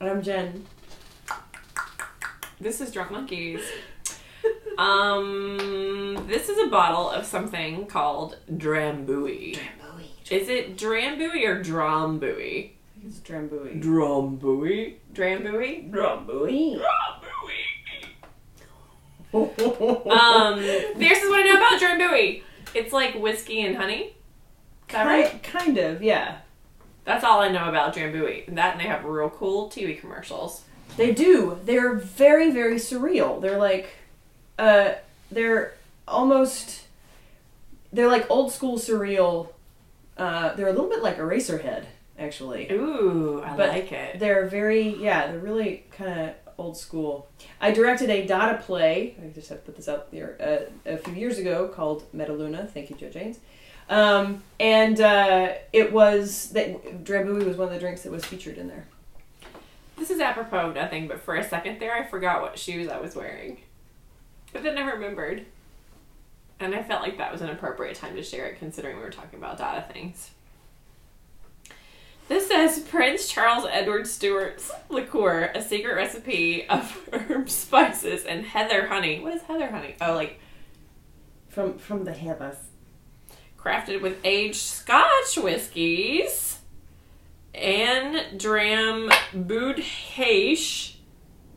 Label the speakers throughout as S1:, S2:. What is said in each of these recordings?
S1: I'm Jen.
S2: This is Drunk Monkeys. Um, this is a bottle of something called Drambuie. Is it Drambuie or Drombuie?
S1: It's Drambuie.
S2: Drombuie. Drambuie?
S1: Drambuie.
S2: Drambuie. Um, this is what I know about Drambuie. It's like whiskey and honey. Is that right?
S1: Right, kind of, yeah.
S2: That's all I know about Drambuie. That and they have real cool TV commercials.
S1: They do. They're very, very surreal. They're like, uh, they're almost, they're like old school surreal. Uh, they're a little bit like Eraserhead, actually.
S2: Ooh, I
S1: But
S2: like it.
S1: They're very, yeah, they're really kind of old school. I directed a Dada play. I just have to put this out there uh, a few years ago called Metaluna. Thank you, Joe James. Um, and uh, it was that Drambuie was one of the drinks that was featured in there.
S2: This is apropos of nothing, but for a second there, I forgot what shoes I was wearing. But then I remembered. And I felt like that was an appropriate time to share it considering we were talking about data things. This says Prince Charles Edward Stewart's liqueur, a secret recipe of herbs, spices, and heather honey. What is heather honey? Oh, like
S1: From from the Heathers.
S2: crafted with aged Scotch whiskies and dram budheish,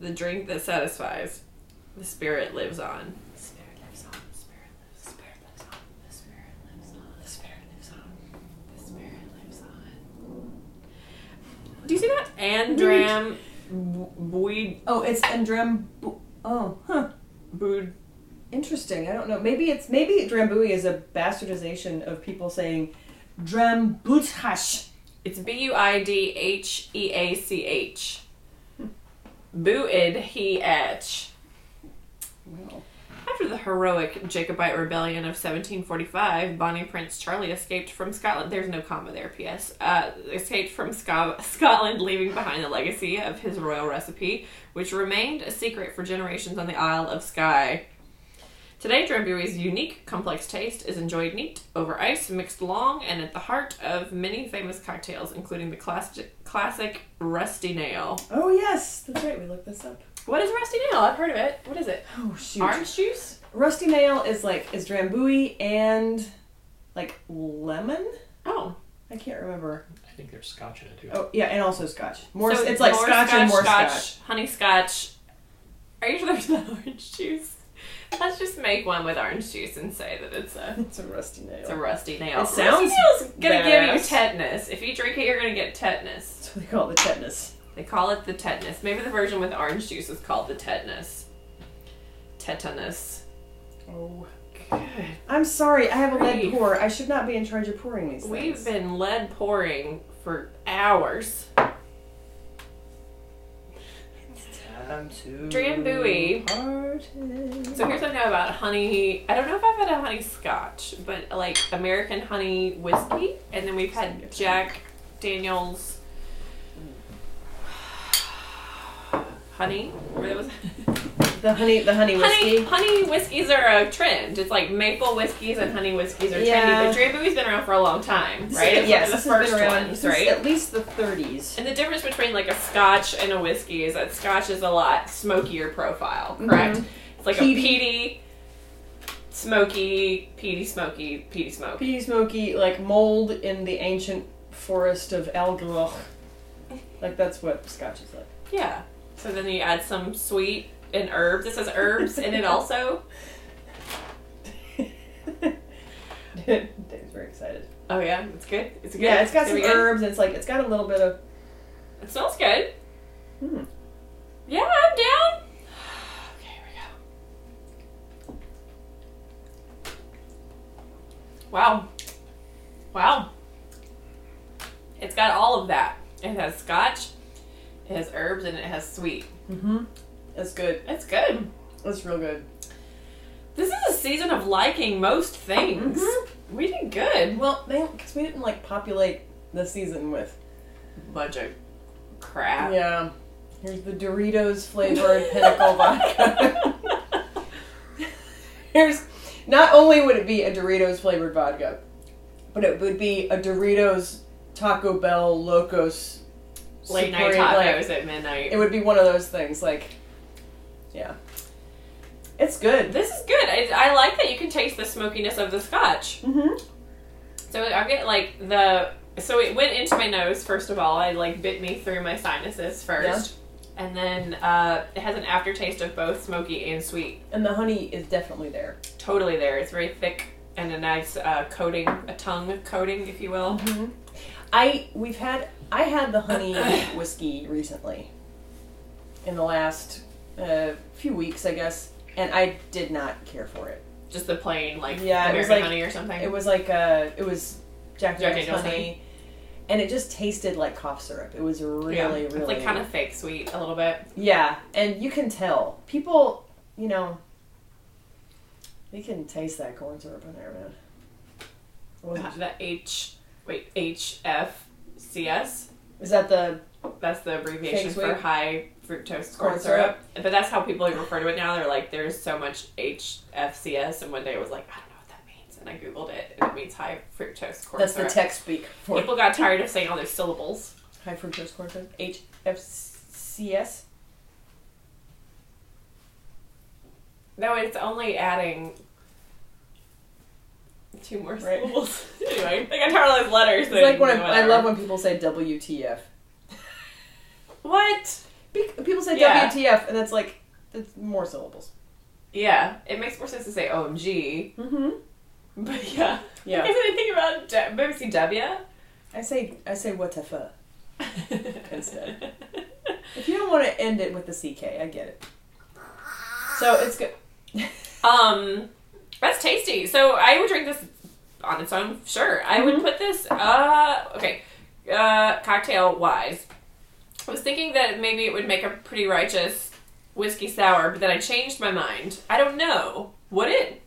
S2: the drink that satisfies. The spirit lives on. The spirit lives on. The spirit lives. The spirit lives on. The spirit lives on. The spirit lives on. The spirit lives on. Do you see that? And dram bud
S1: Oh, it's Andram. Oh, huh.
S2: bud.
S1: Interesting. I don't know. Maybe it's maybe Drambuie is a bastardization of people saying Drambuthash.
S2: It's B U I D H E A C H. Hmm. Booted he etch.
S1: Well,
S2: After the heroic Jacobite rebellion of 1745, Bonnie Prince Charlie escaped from Scotland. There's no comma there, P.S. Uh, escaped from Sco- Scotland, leaving behind the legacy of his royal recipe, which remained a secret for generations on the Isle of Skye. Today, Drambuie's unique, complex taste is enjoyed neat, over ice, mixed long, and at the heart of many famous cocktails, including the classic, classic Rusty Nail.
S1: oh yes, that's right. We looked this up.
S2: What is Rusty Nail? I've heard of it. What is it?
S1: Oh shoot.
S2: Orange juice?
S1: Rusty Nail is like is Drambuie and like lemon.
S2: Oh.
S1: I can't remember.
S3: I think there's scotch in it too.
S1: Oh yeah, and also Scotch. More.
S2: So
S1: it's like Scotch, and more Scotch.
S2: Honey scotch. Are you sure there's not orange juice? Let's just make one with orange juice and say that it's a
S1: It's a Rusty Nail.
S2: it's a rusty nail.
S1: It sounds
S2: rusty nail's gonna give you
S1: badass.
S2: tetanus. If you drink it, you're gonna get tetanus.
S1: That's what they call the tetanus.
S2: They call it the tetanus. Maybe the version with orange juice is called the tetanus. Tetanus.
S1: Oh. I'm sorry. I have a lead
S2: Grief.
S1: pour. I should not be in charge of pouring these
S2: We've
S1: things.
S2: been lead pouring for hours.
S1: Time to
S2: Drambuie.
S1: party.
S2: So here's what I know about honey. I don't know if I've had a honey scotch, but like American honey whiskey, and then we've had Jack Daniel's honey. Where that was
S1: the honey, the honey
S2: honey,
S1: whiskey.
S2: honey whiskeys are a trend. It's like maple whiskeys and honey whiskeys are
S1: Yeah.
S2: trendy. But Drambuie's been around for a long time,
S1: This-
S2: right? It's
S1: yes,
S2: one of
S1: this
S2: the
S1: has
S2: first
S1: been around
S2: ones,
S1: since
S2: right?
S1: At least the 30s.
S2: And the difference between like a scotch and a whiskey is that scotch is a lot smokier profile, correct? It's like
S1: Mm-hmm. Peaty.
S2: a peaty, smoky, peaty, smoky, peaty, smoky.
S1: Peaty smoky, like mold in the ancient forest of Algloch. Like that's what scotch is like.
S2: Yeah. So then you add some sweet and herbs. It says herbs in it also.
S1: Dave's very excited.
S2: Oh yeah, it's good. It's good.
S1: Yeah, it's got some
S2: gonna be good.
S1: herbs. And it's like it's got a little bit of.
S2: It smells good.
S1: Hmm.
S2: Yeah, I'm down. Okay, here we go. Wow. Wow. It's got all of that. It has scotch, it has herbs, and it has sweet.
S1: Mm-hmm. It's good.
S2: It's good.
S1: It's real good.
S2: This is a season of liking most things. We did good.
S1: Well, because we didn't like populate the season with.
S2: Bunch of crap.
S1: Yeah. Here's the Doritos flavored pinnacle vodka. Here's not only would it be a Doritos flavored vodka, but it would be a Doritos Taco Bell Locos
S2: late night
S1: supporting,
S2: taco
S1: like-
S2: was at midnight.
S1: It would be one of those things, like, yeah. It's good.
S2: this is good. I, I like that you can taste the smokiness of the scotch.
S1: Mm-hmm.
S2: So I get like the so it went into my nose first of all. I like bit me through my sinuses first, and then uh, it has an aftertaste of both smoky and sweet.
S1: And the honey is definitely there.
S2: Totally there. It's very thick and a nice uh, coating, a tongue coating, if you will.
S1: I we've had I had the honey whiskey recently. In the last uh, few weeks, I guess, and I did not care for it.
S2: Just the plain like
S1: Yeah, it was
S2: American
S1: like-
S2: honey or something.
S1: It was like uh, it was Jack
S2: Jack
S1: Daniel's
S2: Daniel's
S1: honey,
S2: honey.
S1: and it just tasted like cough syrup. It was really,
S2: Yeah.
S1: really
S2: it's like kind of fake sweet a little bit.
S1: Yeah, and you can tell people, you know, they can taste that corn syrup in there, man. It wasn't-
S2: The H wait H F C S.
S1: Is that the
S2: That's the abbreviation
S1: Fake
S2: for
S1: sweet.
S2: high fructose
S1: Corn
S2: corn syrup. But that's how people refer to it now. They're like, there's so much HFCS. And one day I was like, I don't know what that means. And I Googled it, and it means high fructose corn
S1: that's
S2: syrup.
S1: the tech speak for
S2: people got tired of saying all their syllables.
S1: high fructose corn syrup? HFCS.
S2: No, it's only adding two more
S1: Right.
S2: syllables. anyway, they got tired of all those letters.
S1: It's like when I, I love when people say WTF.
S2: What?
S1: Be- People say
S2: Yeah.
S1: WTF, and that's like it's more syllables.
S2: Yeah, it makes more sense to say OMG.
S1: Mm-hmm.
S2: But yeah.
S1: Yeah.
S2: Because I think about D- maybe see W.
S1: I say I say what the fuck. Instead. If you don't want to end it with the CK, I get it. So it's good.
S2: Um, that's tasty. So I would drink this on its own. Sure, I would
S1: Mhm.
S2: put this. Uh, okay. Uh, cocktail wise, I was thinking that maybe it would make a pretty righteous whiskey sour, but then I changed my mind. I don't know. Would it?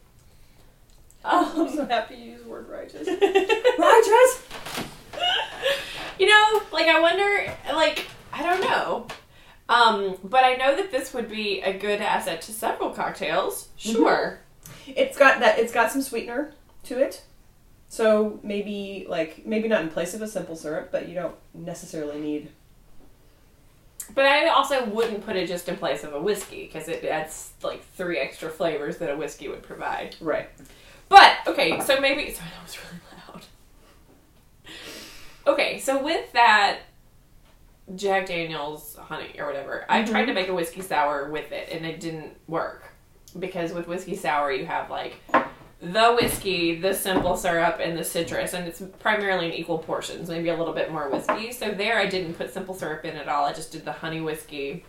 S1: I'm
S2: Um,
S1: so happy you used the word righteous.
S2: you
S1: Righteous.
S2: know, like I wonder, like I don't know. Um, but I know that this would be a good asset to several cocktails. Sure.
S1: It's got that. It's got some sweetener to it. So maybe like maybe not in place of a simple syrup, but you don't necessarily need.
S2: But I also wouldn't put it just in place of a whiskey because it adds like three extra flavors that a whiskey would provide.
S1: Right.
S2: But okay, so maybe sorry that was really loud. Okay, so with that Jack Daniel's honey or whatever, I tried to make a whiskey sour with it and it didn't work because with whiskey sour you have like the whiskey, the simple syrup, and the citrus, and it's primarily in equal portions, maybe a little bit more whiskey. So there, I didn't put simple syrup in at all. I just did the honey whiskey,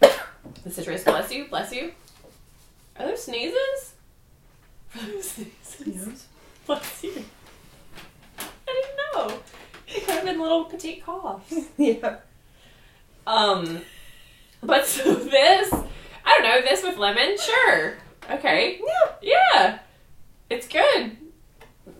S2: the citrus. Bless you, bless you. Are those sneezes? Are those sneezes? Bless you. I didn't know. It could have been little petite coughs.
S1: yeah.
S2: Um, but so this, I don't know, this with lemon, sure. Okay.
S1: Yeah.
S2: Yeah. It's good.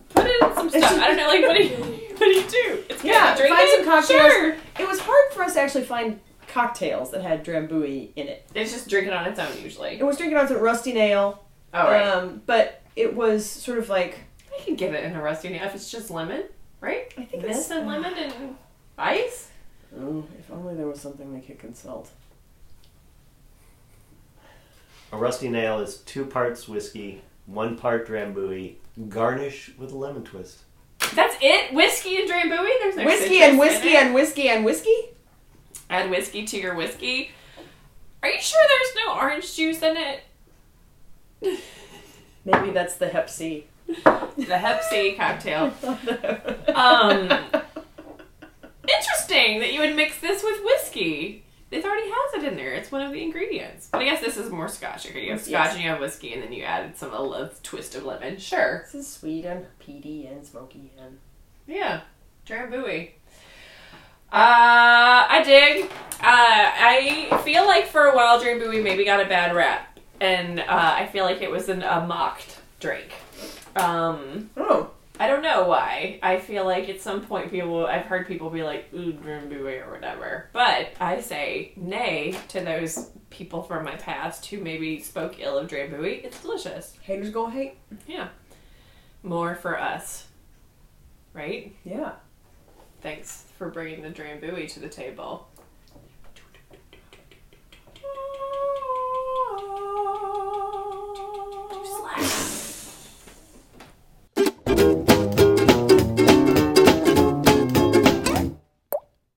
S2: Put it in some stuff. I don't know, like, what do you, what do, you do? It's good.
S1: Yeah,
S2: Drink
S1: find
S2: it?
S1: some cocktails.
S2: Sure.
S1: It was hard for us to actually find cocktails that had drambuie in it.
S2: It's just drinking on its own, usually.
S1: It was drinking out of rusty nail,
S2: All right.
S1: um, but it was sort of like
S2: I can give it in a rusty nail if it's just lemon, right?
S1: I think
S2: This and lemon and ice?
S1: Oh, if only there was something they could consult.
S3: A rusty nail is two parts whiskey, one part drambuie. Garnish with a lemon twist.
S2: That's it? Whiskey and Drambuie? There's no
S1: whiskey
S2: citrus in
S1: and whiskey
S2: it?
S1: and whiskey and whiskey.
S2: add whiskey to your whiskey. Are you sure there's no orange juice in it?
S1: Maybe that's the Hep C.
S2: The Hep C cocktail.
S1: um,
S2: Um, Interesting that you would mix this with whiskey. It already has it in there. It's one of the ingredients. But I guess this is more scotch. Okay, you have scotch
S1: Yes.
S2: and you have whiskey, and then you added some a little twist of lemon. Sure.
S1: this is sweet and peaty and smoky and
S2: Yeah. Drambuie. Uh, I dig. Uh, I feel like for a while Drambuie maybe got a bad rap, and uh, I feel like it was an, a mocked drink. Um,
S1: oh,
S2: I don't know why. I feel like at some point people I've heard people be like, ooh, Drambuie or whatever. But I say nay to those people from my past who maybe spoke ill of Drambuie. It's delicious.
S1: haters gonna hate.
S2: Yeah. More for us. Right?
S1: Yeah,
S2: Thanks for bringing the Drambuie to the table.